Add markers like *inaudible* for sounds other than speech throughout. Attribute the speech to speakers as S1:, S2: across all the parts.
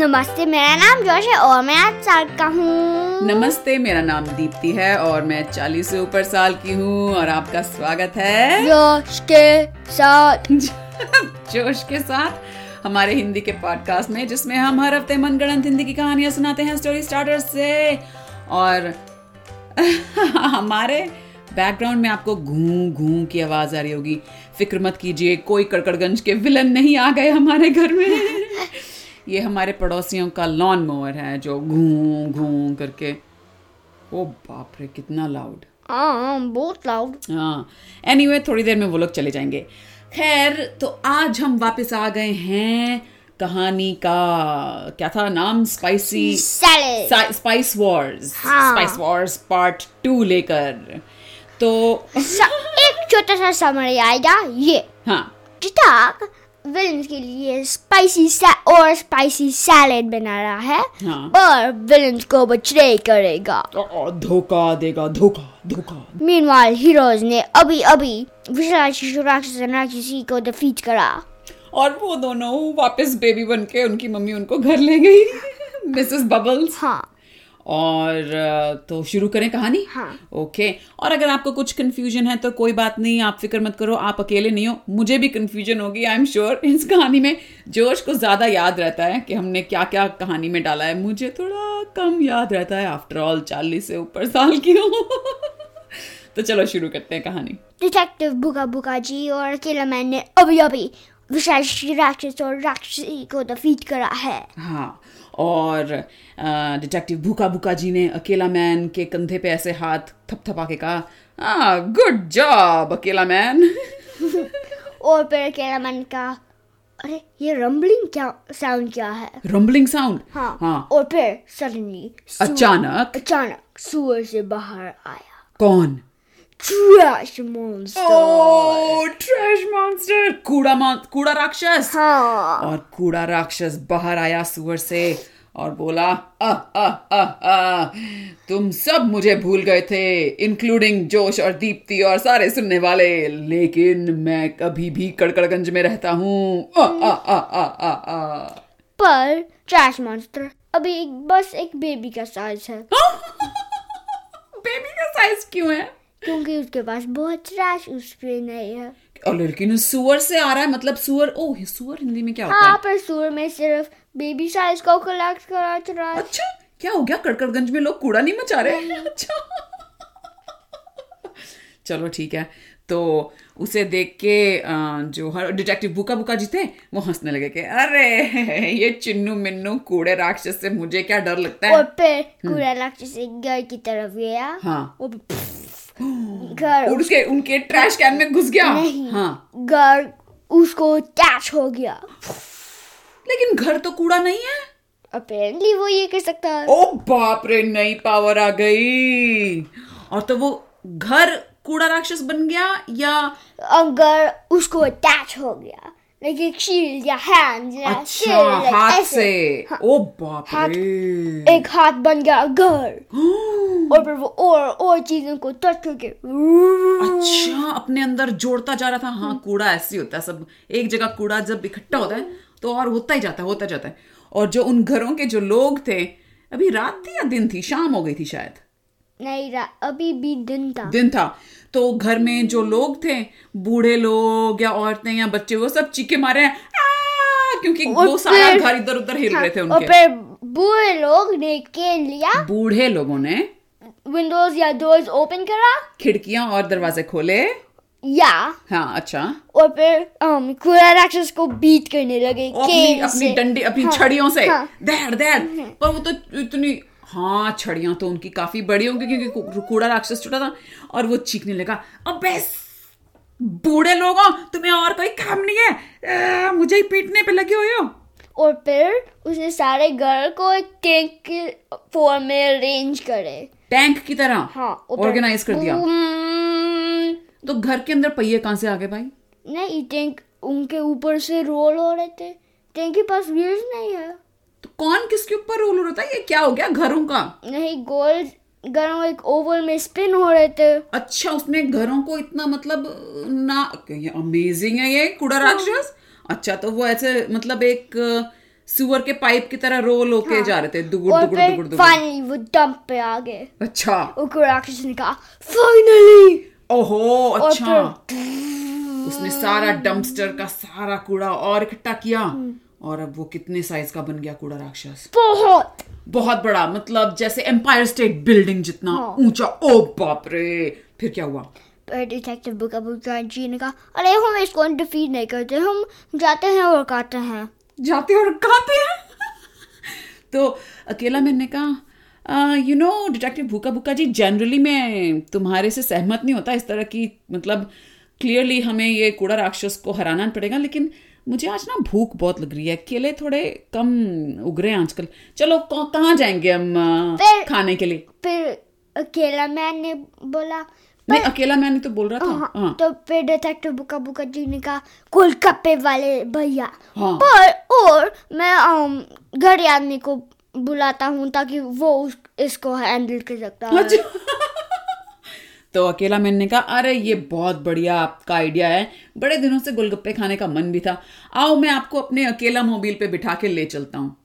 S1: नमस्ते मेरा नाम जोश है और मैं आठ साल का हूँ
S2: नमस्ते मेरा नाम दीप्ति है और मैं 40 से ऊपर साल की हूँ और आपका स्वागत है
S1: जोश के साथ
S2: *laughs* जोश के साथ हमारे हिंदी के पॉडकास्ट में जिसमें हम हर हफ्ते मनगढ़ंत हिंदी की कहानियां सुनाते हैं स्टोरी स्टार्टर्स से और *laughs* हमारे बैकग्राउंड में आपको घूं घूं की आवाज आ रही होगी फिक्र मत कीजिए कोई कड़कड़गंज के विलन नहीं आ गए हमारे घर में *laughs* ये हमारे पड़ोसियों का लॉन मोवर है जो घूं घूं करके ओ बाप रे कितना लाउड
S1: हाँ बहुत लाउड
S2: हाँ एनीवे anyway, थोड़ी देर में वो लोग चले जाएंगे खैर तो आज हम वापस आ गए हैं कहानी का क्या था नाम स्पाइसी
S1: सैलेड
S2: स्पाइस वॉर्स
S1: हाँ।
S2: स्पाइस वॉर्स पार्ट टू लेकर तो
S1: एक छोटा सा समरी आएगा ये
S2: हाँ
S1: चिताक विलन के लिए स्पाइसी सा और स्पाइसी सैलेड बना रहा है
S2: हाँ
S1: और विलन को बचरे करेगा
S2: ओ, तो, ओ, धोखा देगा धोखा धोखा
S1: मीनवाइल हीरोज ने अभी अभी विशाल शिशु राक्षस और राक्षसी को डिफीट करा
S2: और वो दोनों वापस बेबी बन के उनकी मम्मी उनको घर ले गई *laughs* मिसेस बबल्स
S1: हाँ
S2: और अ, तो शुरू करें कहानी
S1: हाँ।
S2: ओके और अगर आपको कुछ कंफ्यूजन है तो कोई बात नहीं आप फिक्र मत करो आप अकेले नहीं हो मुझे भी कंफ्यूजन होगी आई एम श्योर *laughs* इस कहानी में जोश को ज़्यादा याद रहता है कि हमने क्या क्या कहानी में डाला है मुझे थोड़ा कम याद रहता है आफ्टर ऑल चालीस से ऊपर साल की हूँ *laughs* तो चलो शुरू करते हैं कहानी
S1: डिटेक्टिव बुका बुका जी और अकेला मैन ने अभी अभी विशाल श्री राक्षस और राक्षसी को डिफीट करा है
S2: हाँ और अ, डिटेक्टिव भूखा भूखा जी ने अकेला मैन के कंधे पे ऐसे हाथ थपथपा के कहा हाँ गुड जॉब अकेला *laughs* मैन
S1: और फिर अकेला मैन का अरे ये रम्बलिंग क्या साउंड क्या है
S2: रम्बलिंग साउंड
S1: हाँ,
S2: हाँ
S1: और फिर सडनली
S2: अचानक
S1: अचानक सुअर से बाहर आया
S2: कौन
S1: trash
S2: Oh।
S1: Monster
S2: oh trash monster कूड़ा मॉन कूड़ा राक्षस
S1: हाँ
S2: और कूड़ा राक्षस बाहर आया सुअर से और बोला "अ, अ, अ, अ, तुम सब मुझे भूल गए थे इंक्लूडिंग जोश और दीप्ति और सारे सुनने वाले लेकिन मैं कभी भी कड़कड़गंज में रहता हूँ अ, अ, अ, अ, अ, अ।
S1: पर ट्रैश मॉन्स्टर अभी एक बस एक बेबी का साइज है
S2: बेबी का साइज क्यों है
S1: क्योंकि उसके पास बहुत ट्रैश उस पे नहीं है
S2: और लेकिन सुअर से आ रहा है मतलब सुअर ओ सुअर हिंदी में क्या होता है
S1: हाँ पर स्टोर में सिर्फ बेबी साइज को कलेक्ट करा चुरा
S2: अच्छा क्या हो गया कड़कड़गंज में लोग कूड़ा नहीं मचा रहे अच्छा चलो ठीक है तो उसे देख के अ, जो हर डिटेक्टिव बुका बुका जी थे वो हंसने लगे कि अरे ये चिन्नू मिन्नू कूड़े राक्षस से मुझे क्या डर लगता
S1: और
S2: है
S1: फिर कूड़ा लाख से घर की तरफ गया
S2: हाँ
S1: और फिर घर
S2: उड़ के उनके ट्रैश कैन में घुस गया
S1: नहीं।
S2: हाँ
S1: घर उसको अटैच हो गया
S2: लेकिन घर तो कूड़ा नहीं है
S1: अपेरेंटली वो ये कर सकता है
S2: ओ बाप रे नई पावर आ गई और तो वो घर कूड़ा राक्षस बन गया या
S1: और घर उसको अटैच हो गया लेकिन शील्ड या हैंड या
S2: अच्छा
S1: shield, like
S2: हाथ
S1: ऐसे। हाँ।
S2: से ओ बाप
S1: हाथ-
S2: रे
S1: एक हाथ बन गया घर और फिर वो और और चीजों को टच करके
S2: *gasps*
S1: हाँ।
S2: अच्छा अपने अंदर जोड़ता जा रहा था हाँ
S1: हम्म।
S2: कूड़ा ऐसे ही होता है सब एक जगह कूड़ा जब इकट्ठा होता है तो और होता ही जाता है होता जाता है और जो उन घरों के जो लोग थे अभी रात थी या दिन थी शाम हो गई थी शायद
S1: नहीं रहा अभी भी दिन था
S2: दिन था तो घर में जो लोग थे बूढ़े लोग या औरतें या बच्चे वो सब चीखे मारे हैं "आ!" क्योंकि
S1: और
S2: वो सारा
S1: फिर-
S2: घर इधर उधर हिल रहे थे
S1: और
S2: उनके
S1: फिर बूढ़े लोग ने केन लिया
S2: बूढ़े लोगों ने
S1: विंडोज या डोर्स ओपन करा
S2: खिड़कियां और दरवाजे खोले
S1: या
S2: हाँ अच्छा
S1: और फिर um, कूड़ा राक्षस को बीट करने लगे
S2: वो अपनी
S1: केन
S2: अपनी
S1: से।
S2: डंडी अपनी
S1: हाँ,
S2: छड़ियों से
S1: हाँ।
S2: दहड़ दहड़ पर वो तो इतनी हाँ छड़ियां तो उनकी काफी बड़ी होंगी क्योंकि कू- कूड़ा राक्षस छोटा था और वो चीखने लगा अबे बूढ़े लोगों तुम्हें और कोई काम नहीं है आ, मुझे ही पीटने पे लगे हुए हो
S1: और फिर उसने सारे घर को एक टैंक के फॉर्म में अरेंज करे
S2: टैंक की तरह
S1: हाँ और फिर-
S2: ऑर्गेनाइज कर दिया
S1: बूम।
S2: तो घर के अंदर पहिए कहाँ से आ गए भाई
S1: नहीं टैंक उनके ऊपर से रोल हो रहे थे टैंक के पास व्हील्स नहीं है
S2: तो कौन किसके ऊपर रोल हो रहा था ये क्या हो गया घरों का
S1: नहीं गोल गरों एक ओवल में स्पिन हो रहे थे
S2: अच्छा उसने घरों को इतना मतलब
S1: हाँ।
S2: ना अमेजिंग है ये कूड़ा राक्षस अच्छा तो वो ऐसे मतलब एक अ, सुअर के पाइप की तरह रोल होके जा रहे थे दुगुड़
S1: हाँ। और
S2: दुगुड़
S1: फिर
S2: दुगुड़ दुगुड़
S1: फाइनली वो डंप पे आ गए
S2: अच्छा
S1: और राक्षस ने कहा फाइनली
S2: ओहो
S1: और
S2: अच्छा
S1: फिर
S2: उसने सारा डंपस्टर का सारा कूड़ा और इकट्ठा किया
S1: हम्म।
S2: और अब वो कितने साइज का बन गया कूड़ा राक्षस
S1: बहुत
S2: बहुत बड़ा मतलब जैसे एम्पायर स्टेट बिल्डिंग जितना
S1: हाँ।
S2: ऊंचा ओ बाप रे फिर क्या हुआ
S1: पर डिटेक्टिव बुका बुका जी ने कहा अरे हम इसको डिफीट नहीं करते हम जाते हैं और खाते हैं
S2: जाते और खाते हैं *laughs* तो अकेला मैंने कहा यू नो डिटेक्टिव भूखा भूखा जी जनरली मैं तुम्हारे से सहमत नहीं होता इस तरह की मतलब क्लियरली हमें ये कूड़ा राक्षस को हराना पड़ेगा लेकिन मुझे आज ना भूख बहुत लग रही है केले थोड़े कम उग रहे हैं आजकल चलो कौ- कहाँ जाएंगे हम अ,
S1: फिर-
S2: खाने के लिए
S1: फिर अकेला मैन ने बोला
S2: नहीं अकेला मैंने तो बोल रहा था
S1: हाँ,
S2: हाँ
S1: तो फिर डिटेक्टिव बुका बुका जी ने कहा गोलगप्पे वाले भैया
S2: हाँ
S1: पर और मैं अम, घर आदमी को बुलाता हूँ ताकि वो उस, इसको हैंडल कर सकता है
S2: *laughs* तो अकेला मैंने कहा अरे ये बहुत बढ़िया आपका आइडिया है बड़े दिनों से गोलगप्पे खाने का मन भी था आओ मैं आपको अपने अकेला मोबाइल पे बिठा के ले चलता हूँ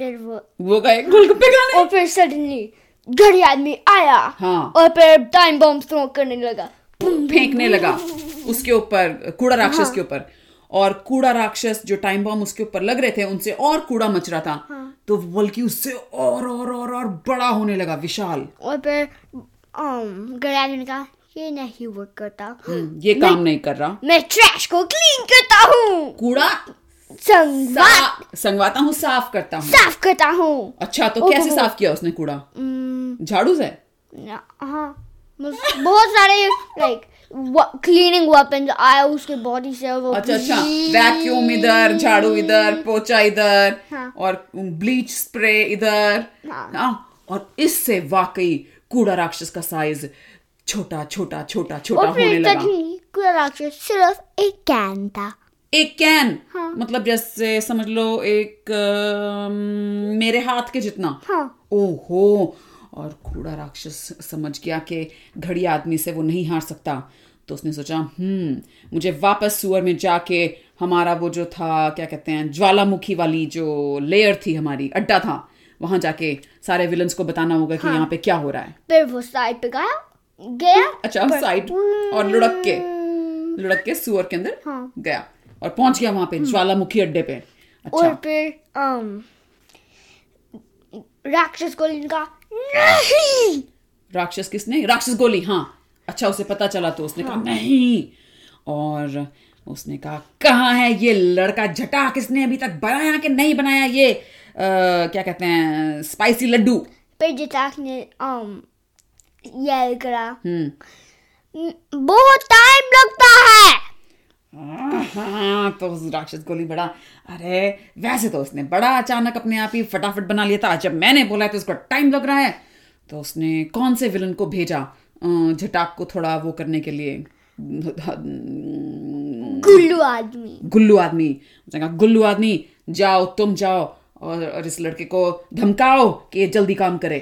S1: फिर वो
S2: वो गए गोलगप्पे खाने
S1: और फिर सडनली घर आदमी आया
S2: हाँ।
S1: और फिर टाइम बॉम्ब थ्रो करने लगा
S2: फेंकने लगा उसके ऊपर कूड़ा राक्षस के ऊपर और कूड़ा राक्षस जो टाइम बॉम्ब उसके ऊपर लग रहे थे उनसे और कूड़ा मच रहा था तो बल्कि उससे और और और और बड़ा होने लगा विशाल
S1: और फिर अम, घर आदमी ने कहा ये नहीं वर्क करता
S2: ये काम नहीं कर रहा
S1: मैं ट्रैश को क्लीन करता हूँ
S2: कूड़ा
S1: संगवा
S2: सा- संगवाता हूँ साफ करता हूँ
S1: साफ करता हूँ Hmm,
S2: अच्छा तो
S1: ओहो।
S2: कैसे साफ किया उसने कूड़ा
S1: उम्म,
S2: झाड़ू से
S1: हाँ बस बहुत सारे लाइक क्लीनिंग वेपन आया उसके बॉडी से और वो
S2: अच्छा अच्छा वैक्यूम इधर झाड़ू इधर पोचा इधर
S1: हम्म। हाँ।
S2: और ब्लीच स्प्रे इधर
S1: हाँ।
S2: हाँ, और इससे वाकई कूड़ा राक्षस का साइज छोटा छोटा छोटा छोटा
S1: और
S2: होने
S1: फिर
S2: लगा
S1: तकनीक का राक्षस सिर्फ एक कैन था
S2: एक कैन
S1: हाँ।
S2: मतलब जैसे समझ लो एक अम, मेरे हाथ के जितना
S1: हाँ
S2: ओहो और कूड़ा राक्षस समझ गया कि घड़ी आदमी से वो नहीं हार सकता तो उसने सोचा हम्म मुझे वापस सुअर में जाके हमारा वो जो था क्या कहते हैं ज्वालामुखी वाली जो लेयर थी हमारी अड्डा था वहां जाके सारे विलन्स को बताना होगा
S1: हाँ।
S2: कि यहाँ पे क्या हो रहा है
S1: फिर वो साइड पे गया गया हम्म,
S2: अच्छा साइड और लुढ़क के लुढ़क के सुअर के अंदर
S1: हाँ। हम्म।
S2: गया और पहुंच गया वहां पे ज्वालामुखी अड्डे पे
S1: और
S2: अच्छा
S1: फिर um, राक्षस को इनका नहीं
S2: राक्षस किसने राक्षस गोली हाँ अच्छा उसे पता चला तो उसने कहा नहीं और उसने कहा कहाँ है ये लड़का जटा किसने अभी तक बनाया कि नहीं बनाया ये अ, क्या कहते हैं स्पाइसी लड्डू
S1: फिर जिताक ने um, ये करा
S2: हम्म
S1: बहुत टाइम लगता है
S2: हाँ तो उस राक्षस गोली बड़ा अरे वैसे तो उसने बड़ा अचानक अपने आप ही फटाफट बना लिया था जब मैंने बोला तो उसको टाइम लग रहा है तो उसने कौन से विलन को भेजा अ, जटाक को थोड़ा वो करने के लिए
S1: गुल्लू आदमी
S2: गुल्लू आदमी उसने कहा गुल्लू आदमी जाओ तुम जाओ और, और इस लड़के को धमकाओ कि ये जल्दी काम करे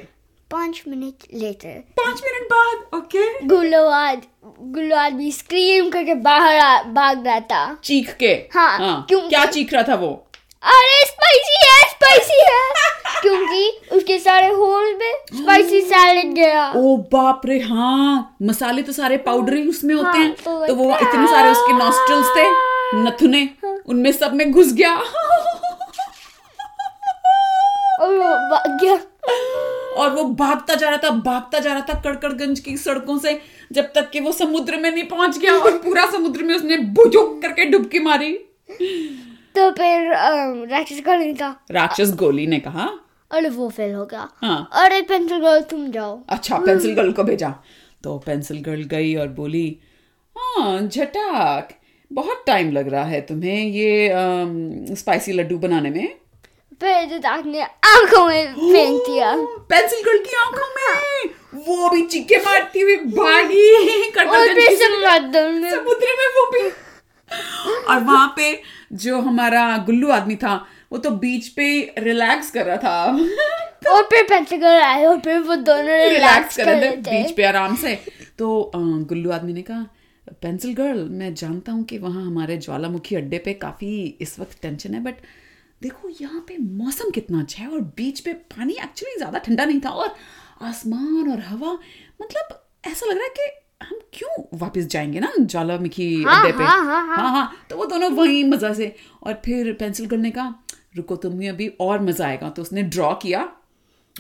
S1: पांच मिनट लेटर
S2: पांच मिनट बाद ओके
S1: गुल्लू आद गुल्लू आदमी स्क्रीम करके बाहर आ, भाग रहा था
S2: चीख के
S1: हाँ, क्योंकि-
S2: क्या चीख रहा था वो
S1: अरे स्पाइसी है स्पाइसी है क्योंकि उसके सारे होल में स्पाइसी सैलेड गया
S2: ओ बाप रे हाँ मसाले तो सारे पाउडर ही उसमें होते
S1: हाँ,
S2: हैं
S1: तो
S2: तो वो
S1: वही-
S2: इतने सारे उसके नॉस्ट्रल्स थे नथुने उनमें सब में घुस गया
S1: और वो भाग गया
S2: और वो भागता जा रहा था भागता जा रहा था कड़कड़गंज की सड़कों से जब तक कि वो समुद्र में नहीं पहुंच गया और पूरा समुद्र में उसने भुजुक करके डुबकी मारी
S1: तो फिर अम, राक्षस का निकला
S2: राक्षस गोली ने कहा
S1: अरे वो फेल हो गया
S2: हाँ।
S1: अरे पेंसिल गर्ल तुम जाओ
S2: अच्छा पेंसिल गर्ल को भेजा तो पेंसिल गर्ल गई और बोली हाँ झटाक बहुत टाइम लग रहा है तुम्हें ये अम, स्पाइसी लड्डू बनाने में
S1: फिर जिताक ने आंखों में फेंक दिया
S2: पेंसिल गर्ल की आंखों में वो भी चीखे मारती हुई भागी
S1: और
S2: कटरगंज
S1: फिर
S2: की
S1: समझ में
S2: समुद्र में वो भी और वहां पे जो हमारा गुल्लू आदमी था वो तो बीच पे रिलैक्स कर रहा था
S1: और फिर पेंटागन आए और फिर वो दोनों
S2: रिलैक्स
S1: रिलैक्स
S2: कर
S1: कर
S2: रहे थे
S1: लेते
S2: बीच पे आराम से तो अ, गुल्लू आदमी ने कहा पेंसिल गर्ल मैं जानता हूँ कि वहाँ हमारे ज्वालामुखी अड्डे पे काफ़ी इस वक्त टेंशन है बट देखो यहाँ पे मौसम कितना अच्छा है और बीच पे पानी एक्चुअली ज़्यादा ठंडा नहीं था और आसमान और हवा मतलब ऐसा लग रहा है कि हम क्यों वापस जाएंगे ना ज्वालामुखी
S1: हाँ,
S2: अड्डे पे
S1: हाँ, हाँ, हाँ।
S2: हाँ हाँ तो वो दोनों वहीं मज़ा से और फिर पेंसिल गर्ल ने कहा रुको तुम्हें अभी और मज़ा आएगा तो उसने ड्रॉ किया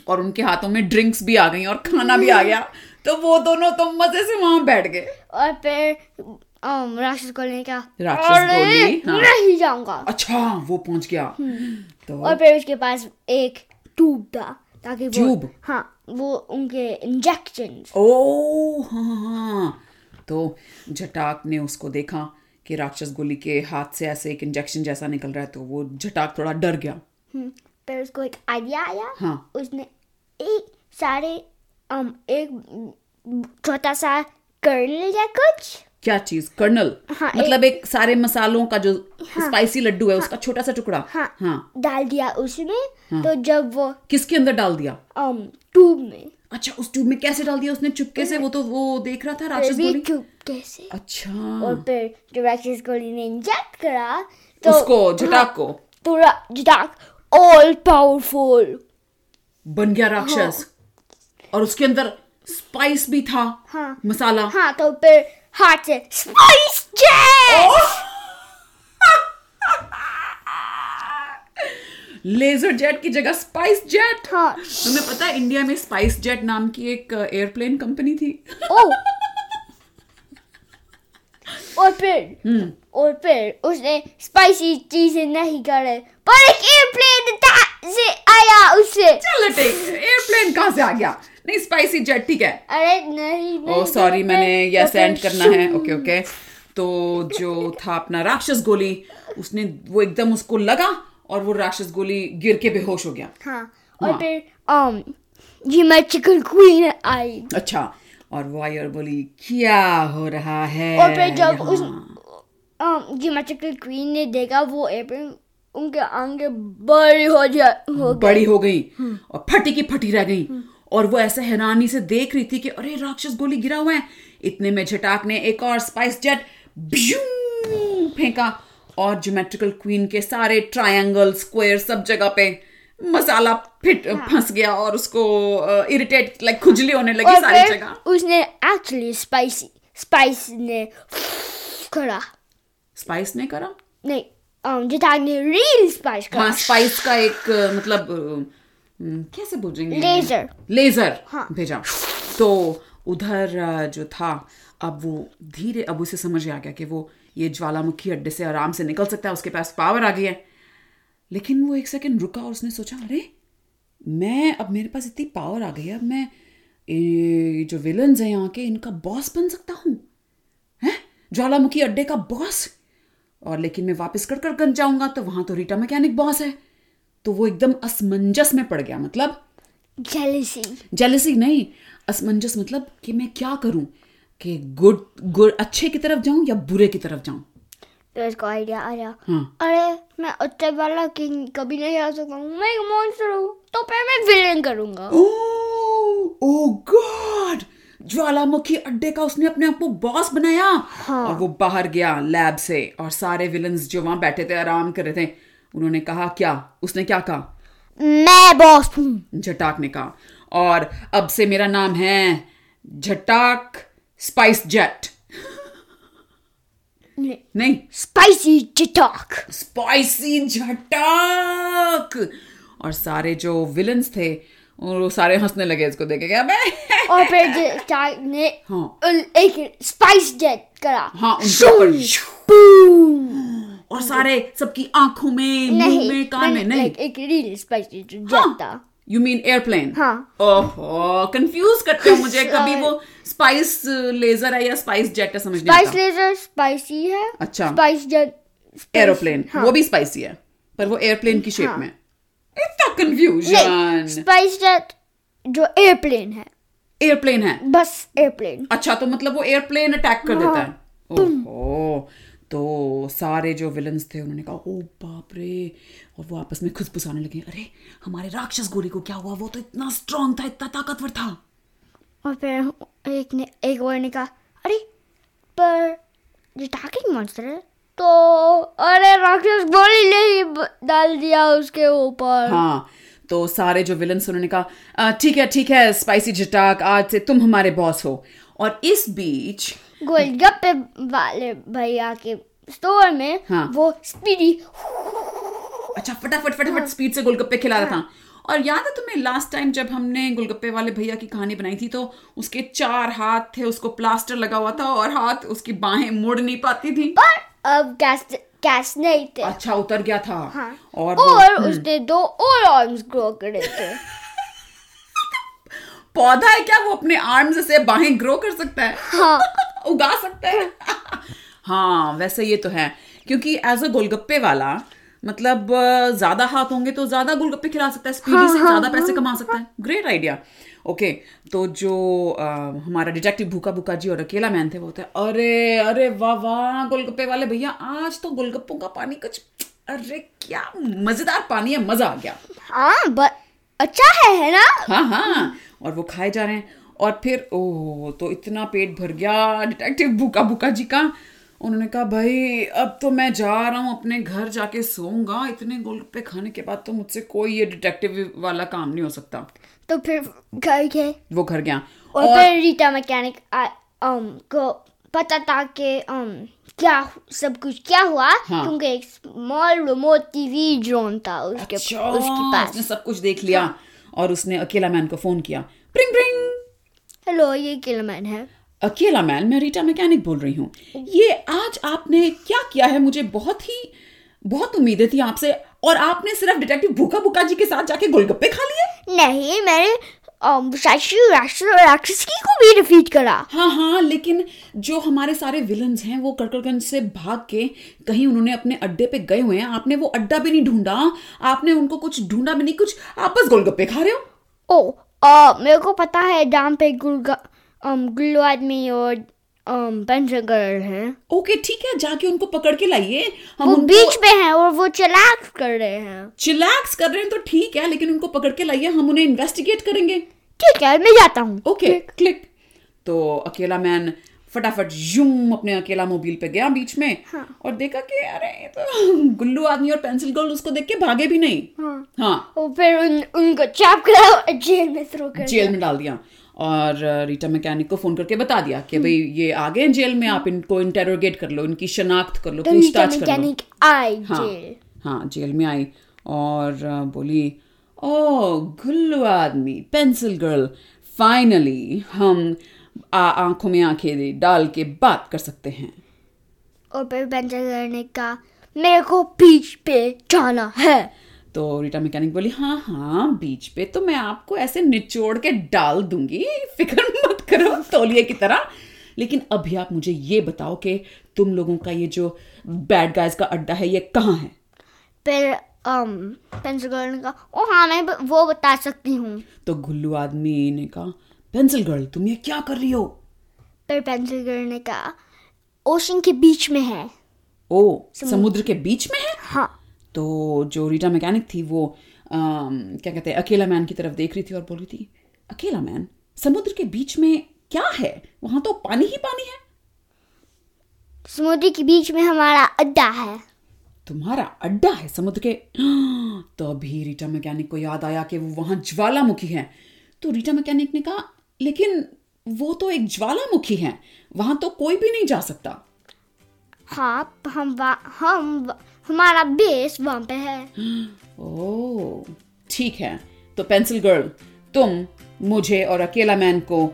S2: और उनके हाथों में ड्रिंक्स भी आ गई और खाना भी आ गया तो वो दोनों तो मज़े से वहाँ बैठ गए
S1: और फिर अम, राक्षस को लेने का
S2: राक्षस
S1: अरे,
S2: बोली, हाँ।
S1: नहीं जाऊंगा
S2: अच्छा वो पहुंच गया तो
S1: और फिर उसके पास एक ट्यूब था ताकि वो
S2: ट्यूब?
S1: हाँ वो उनके इंजेक्शन
S2: ओ हाँ हाँ तो जटाक ने उसको देखा कि राक्षस गोली के हाथ से ऐसे एक इंजेक्शन जैसा निकल रहा है तो वो जटाक थोड़ा डर गया
S1: फिर उसको एक आइडिया आया
S2: हम्म। हाँ।
S1: उसने एक सारे अम, एक छोटा सा कर लिया कुछ
S2: क्या चीज कर्नल
S1: हाँ,
S2: मतलब एक सारे मसालों का जो स्पाइसी लड्डू है उसका छोटा सा टुकड़ा
S1: हाँ।
S2: हाँ
S1: डाल दिया उसमें तो जब वो
S2: किसके अंदर डाल दिया
S1: अम ट्यूब में
S2: अच्छा उस ट्यूब में कैसे डाल दिया उसने चुपके से वो तो वो देख रहा था राक्षस
S1: बेबी
S2: गोली
S1: ट्यूब कैसे
S2: अच्छा
S1: और फिर जब राक्षस गोली ने इंजेक्ट करा तो
S2: उसको जटाक को
S1: तो डार्क ऑल पावरफुल
S2: बन गया राक्षस और उसके अंदर स्पाइस भी था
S1: हाँ।
S2: मसाला
S1: हाँ तो फिर हाथ से स्पाइस जेट
S2: लेजर जेट की जगह स्पाइस जेट
S1: हाँ
S2: तुम्हें पता है इंडिया में स्पाइस जेट नाम की एक एयरप्लेन कंपनी थी
S1: *laughs* ओ और फिर और फिर उसने स्पाइसी चीजें नहीं करे पर एक एयरप्लेन से आया उससे
S2: चल हटे एयरप्लेन कहाँ से आ गया नहीं स्पाइसी जेट ठीक है
S1: अरे नहीं नहीं
S2: ओ सॉरी
S1: तो
S2: मैंने
S1: फिर-
S2: ये
S1: तो फिर
S2: सेंड करना है ओके ओके तो जो था अपना राक्षस गोली उसने वो एकदम उसको लगा और वो राक्षस गोली गिर के बेहोश हो गया
S1: हाँ और
S2: हाँ।
S1: फिर um geometrical queen आई
S2: अच्छा और वो आई और बोली क्या हो रहा है
S1: और फिर जब उस
S2: यहाँ?"
S1: um geometrical queen ने देखा वो एप्पल उनके आगे बड़ी हो जा हो हम्म।
S2: बड़ी हो गई और फटी की फटी रह गई और वो ऐसे हैरानी से देख रही थी कि अरे राक्षस गोली गिरा हुआ है इतने में झटाक ने एक और स्पाइस जेट ब्यूं फेंका और ज्योमेट्रिकल क्वीन के सारे ट्रायंगल स्क्वायर सब जगह पे मसाला फिट
S1: हाँ।
S2: फंस गया और उसको इरिटेट लाइक खुजली होने लगी
S1: और
S2: सारी
S1: फिर
S2: जगह
S1: उसने एक्चुअली स्पाइसी स्पाइस ने करा
S2: स्पाइस ने करा
S1: नहीं um जिताग ने रियल स्पाइस
S2: हाँ
S1: करा
S2: स्पाइस का एक अ, मतलब अ, अम, कैसे बोलेंगे
S1: लेजर
S2: लेजर
S1: हाँ।
S2: भेजा तो उधर अ, जो था अब वो धीरे अब उसे समझ आ गया कि वो ये ज्वालामुखी अड्डे से आराम से निकल सकता है उसके पास पावर आ गई है लेकिन वो एक सेकंड रुका और उसने सोचा अरे मैं अब मेरे पास इतनी पावर आ गई है अब मैं ये जो विलन्स हैं यहाँ के इनका बॉस बन सकता हूँ हैं ज्वालामुखी अड्डे का बॉस और लेकिन मैं वापस कड़कड़गंज जाऊंगा तो वहां तो रीटा मैकेनिक बॉस है तो वो एकदम असमंजस में पड़ गया मतलब
S1: जेलसी
S2: जेलसी नहीं असमंजस मतलब कि मैं क्या करूं कि गुड गुड अच्छे की तरफ जाऊं या बुरे की तरफ जाऊं
S1: तो उसको आइडिया आया
S2: हाँ
S1: अरे मैं अच्छे वाला किंग कभी नहीं आ सकता हूँ मैं एक मॉन्स्टर हूँ तो फिर मैं विलेन करूंगा
S2: ओह ओह गॉड oh ज्वालामुखी अड्डे का उसने अपने आप को बॉस बनाया
S1: हाँ।
S2: और वो बाहर गया लैब से और सारे विलन्स जो वहां बैठे थे आराम कर रहे थे उन्होंने कहा क्या उसने क्या कहा
S1: मैं बॉस हूँ
S2: झटाक ने कहा और अब से मेरा नाम है झटाक स्पाइस जेट नहीं
S1: स्पाइसी चिटॉक
S2: स्पाइसी झटक और सारे जो विलन्स थे वो सारे हंसने लगे इसको देखे क्या मैं
S1: और फिर जिताग ने
S2: हाँ
S1: उल- एक स्पाइस जेट करा
S2: हाँ उनके ऊपर
S1: बूम
S2: और सारे सबकी आंखों में मुंह में कान में
S1: मैंने
S2: नहीं हाँ,
S1: एक- एक रियल स्पाइसी जेट था
S2: यू मीन एयरप्लेन
S1: हाँ।
S2: ओहो कंफ्यूज करते हो
S1: *laughs*
S2: मुझे कभी
S1: Sorry.
S2: वो स्पाइस लेजर है या स्पाइस जेट है समझ नहीं
S1: स्पाइस
S2: आता
S1: लेजर स्पाइसी है
S2: अच्छा।
S1: स्पाइस जेट
S2: एरोप्लेन वो भी स्पाइसी है पर वो एयरप्लेन की शेप
S1: हाँ।
S2: में है। इतना कंफ्यूजन
S1: स्पाइस जेट जो एयरप्लेन है
S2: एयरप्लेन है
S1: बस एयरप्लेन
S2: अच्छा तो मतलब वो एयरप्लेन अटैक कर देता है
S1: हाँ,
S2: ओहो तो सारे जो विलन्स थे उन्होंने कहा ओ बाप रे और वो आपस में खुसफुसाने लगे अरे हमारे राक्षस गोली को क्या हुआ वो तो इतना स्ट्रांग था इतना ताकतवर था
S1: और फिर एक ने एक और ने कहा अरे पर जो टाकिंग मॉन्स्टर है तो अरे राक्षस गोली ले ही ब- डाल दिया उसके ऊपर
S2: हाँ तो सारे जो विलन्स उन्होंने कहा "आ, ठीक है ठीक है स्पाइसी जटाक आज से तुम हमारे बॉस हो और इस बीच
S1: गोलगप्पे वाले भैया के स्टोर में
S2: हाँ।
S1: वो स्पीडी
S2: अच्छा फटाफट
S1: हाँ।
S2: फटाफट स्पीड से गोलगप्पे खिला रहा था और याद है तुम्हें लास्ट टाइम जब हमने गोलगप्पे वाले भैया की कहानी बनाई थी तो उसके चार हाथ थे उसको प्लास्टर लगा हुआ था और हाथ उसकी बाहें मोड़ नहीं पाती थी
S1: पर अब कैश कैश नहीं थे
S2: अच्छा उतर गया था
S1: हाँ।
S2: और वो हम्म।
S1: और उसने दो और आर्म्स ग्रो करे थे
S2: पौधा है क्या वो अपने आर्म्स से बाहें ग्रो कर सकता है
S1: हाँ
S2: *laughs* उगा सकते हैं हाँ वैसे ये तो है क्योंकि एज अ गोलगप्पे वाला मतलब अ, ज्यादा हाथ होंगे तो ज्यादा गोलगप्पे खिला सकता है स्पीडी से ज्यादा पैसे कमा सकता है ग्रेट आइडिया ओके तो जो अ, हमारा डिटेक्टिव भूखा भूखा जी और अकेला मैन थे वो थे अरे अरे वाह वाह गोलगप्पे वाले भैया आज तो गोलगप्पों का पानी कुछ अरे क्या मजेदार पानी है मजा आ गया
S1: हाँ but अच्छा है है ना
S2: हाँ हाँ और वो खाए जा रहे हैं और फिर ओ तो इतना पेट भर गया डिटेक्टिव भूखा भूखा जी का उन्होंने कहा भाई अब तो मैं जा रहा हूँ अपने घर जाके सोऊंगा इतने गोलगप्पे खाने के बाद तो मुझसे कोई ये डिटेक्टिव वाला काम नहीं हो सकता
S1: तो फिर घर गए
S2: वो घर गया
S1: और फिर रीटा मैकेनिक um, को पता था कि um, क्या सब कुछ क्या हुआ
S2: हाँ।
S1: क्योंकि एक स्मॉल रिमोट टीवी ड्रोन था उसके
S2: अच्छा,
S1: उसके पास
S2: उसने सब कुछ देख लिया और उसने अकेला मैन को फोन किया प्रिंग प्रिंग
S1: हेलो ये किलमैन है
S2: अकेला मैन मैं रीटा मैकेनिक बोल रही हूँ ये आज आपने क्या किया है मुझे बहुत ही बहुत उम्मीदें थी आपसे और आपने सिर्फ डिटेक्टिव भूखा भूखा जी के साथ जाके गोलगप्पे खा लिए
S1: नहीं मैंने um, शशि राक्षस और राक्षसी को भी रिपीट करा
S2: हाँ हाँ लेकिन जो हमारे सारे विलन्स हैं वो कड़कड़गंज से भाग के कहीं उन्होंने अपने अड्डे पे गए हुए हैं आपने वो अड्डा भी नहीं ढूंढा आपने उनको कुछ ढूंढा भी नहीं कुछ आपस गोलगप्पे खा रहे हो
S1: ओ अ, मेरे को पता है डाम पे गुलगा um, गुल्लू आदमी और um, पंचगढ़ हैं
S2: ओके ठीक है जाके उनको पकड़ के लाइए हम
S1: वो
S2: उनको
S1: बीच में है और वो चलाक कर रहे हैं
S2: चिलैक्स कर रहे हैं तो ठीक है लेकिन उनको पकड़ के लाइए हम उन्हें इन्वेस्टिगेट करेंगे
S1: ठीक है मैं जाता हूँ
S2: ओके क्लिक तो अकेला मैन फटाफट यूं अपने अकेला मोबाइल पे गया बीच में
S1: हाँ।
S2: और देखा कि अरे ये तो *laughs* गुल्लू आदमी और पेंसिल गोल उसको देख के भागे भी नहीं
S1: हाँ।
S2: हाँ
S1: और फिर उन उनको चाप करा और जेल में थ्रो कर
S2: जेल में डाल दिया और अ, रीटा मैकेनिक को फोन करके बता दिया
S1: हम्म।
S2: कि भाई ये आ गए हैं जेल में आप इनको इंटेरोगेट कर लो इनकी शनाख्त कर लो
S1: तो नीचे
S2: पूछताछ कर लो
S1: मैकेनिक आए
S2: हाँ
S1: जेल
S2: हाँ जेल में आई और अ, बोली ओ गुल्लू आदमी पेंसिल गर्ल फाइनली हम आ- आंखों में आंखें दे- डाल के बात कर सकते हैं
S1: और फिर पेंचर ने कहा मेरे को बीच पे जाना है
S2: तो रीटा मैकेनिक बोली हाँ हाँ बीच पे तो मैं आपको ऐसे निचोड़ के डाल दूंगी फिक्र *laughs* मत करो तौलिए की तरह लेकिन अभी आप मुझे ये बताओ कि तुम लोगों का ये जो बैड गाइज का अड्डा है ये कहाँ है
S1: फिर अम पेंचर ने कहा ओ हाँ मैं ब- वो बता सकती हूँ
S2: तो गुल्लू आदमी ने कहा पेंसिल गर्ल तुम ये क्या कर रही हो
S1: फिर पेंचर ने कहा ओशन के बीच में है
S2: ओ समुद्र के बीच में है
S1: हाँ
S2: तो जो रीटा मैकेनिक थी वो अम, क्या कहते हैं अकेला मैन की तरफ देख रही थी और बोल रही थी अकेला मैन समुद्र के बीच में क्या है वहां तो पानी ही पानी है
S1: समुद्र के बीच में हमारा अड्डा है
S2: तुम्हारा अड्डा है समुद्र के *gasps* तभी रीटा मैकेनिक को याद आया कि वो वहां ज्वालामुखी है तो रीटा मैकेनिक ने कहा लेकिन वो तो एक ज्वालामुखी है वहां तो कोई भी नहीं जा सकता
S1: हाँ हम वा, हम वा- हमारा बेस वहाँ पे है
S2: ओह ठीक है तो पेंसिल गर्ल तुम मुझे और अकेला मैन को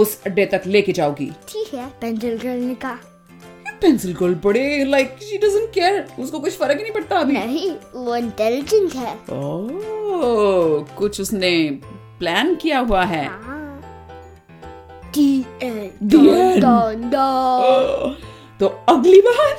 S2: उस अड्डे तक लेके जाओगी
S1: ठीक है पेंचर ने कहा
S2: पेंसिल गर्ल बड़े लाइक शी डजंट केयर उसको कुछ फर्क ही नहीं पड़ता अभी
S1: नहीं वो इंटेलिजेंट है
S2: ओह कुछ उसने प्लान किया हुआ है
S1: टी
S2: The
S1: एन
S2: तो अगली बार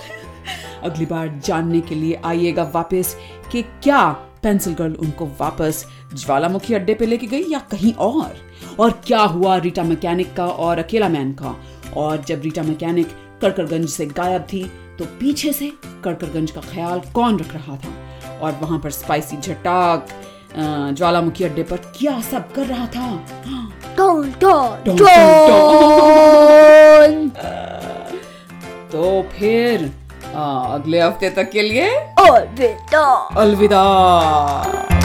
S2: अगली बार जानने के लिए आइएगा वापस कि क्या पेंसिल गर्ल उनको वापस ज्वालामुखी अड्डे पे लेके गई या कहीं और और क्या हुआ रीटा मैकेनिक का और अकेला मैन का और जब रीटा मैकेनिक कड़कड़गंज से गायब थी तो पीछे से कड़कड़गंज का ख्याल कौन रख रहा था और वहां पर स्पाइसी झटाक अ, ज्वालामुखी अड्डे पर क्या सब कर रहा था
S1: don
S2: Don,
S1: don
S2: don,
S1: don
S2: तो फिर अगले हफ्ते तक के लिए
S1: और बेटा
S2: अलविदा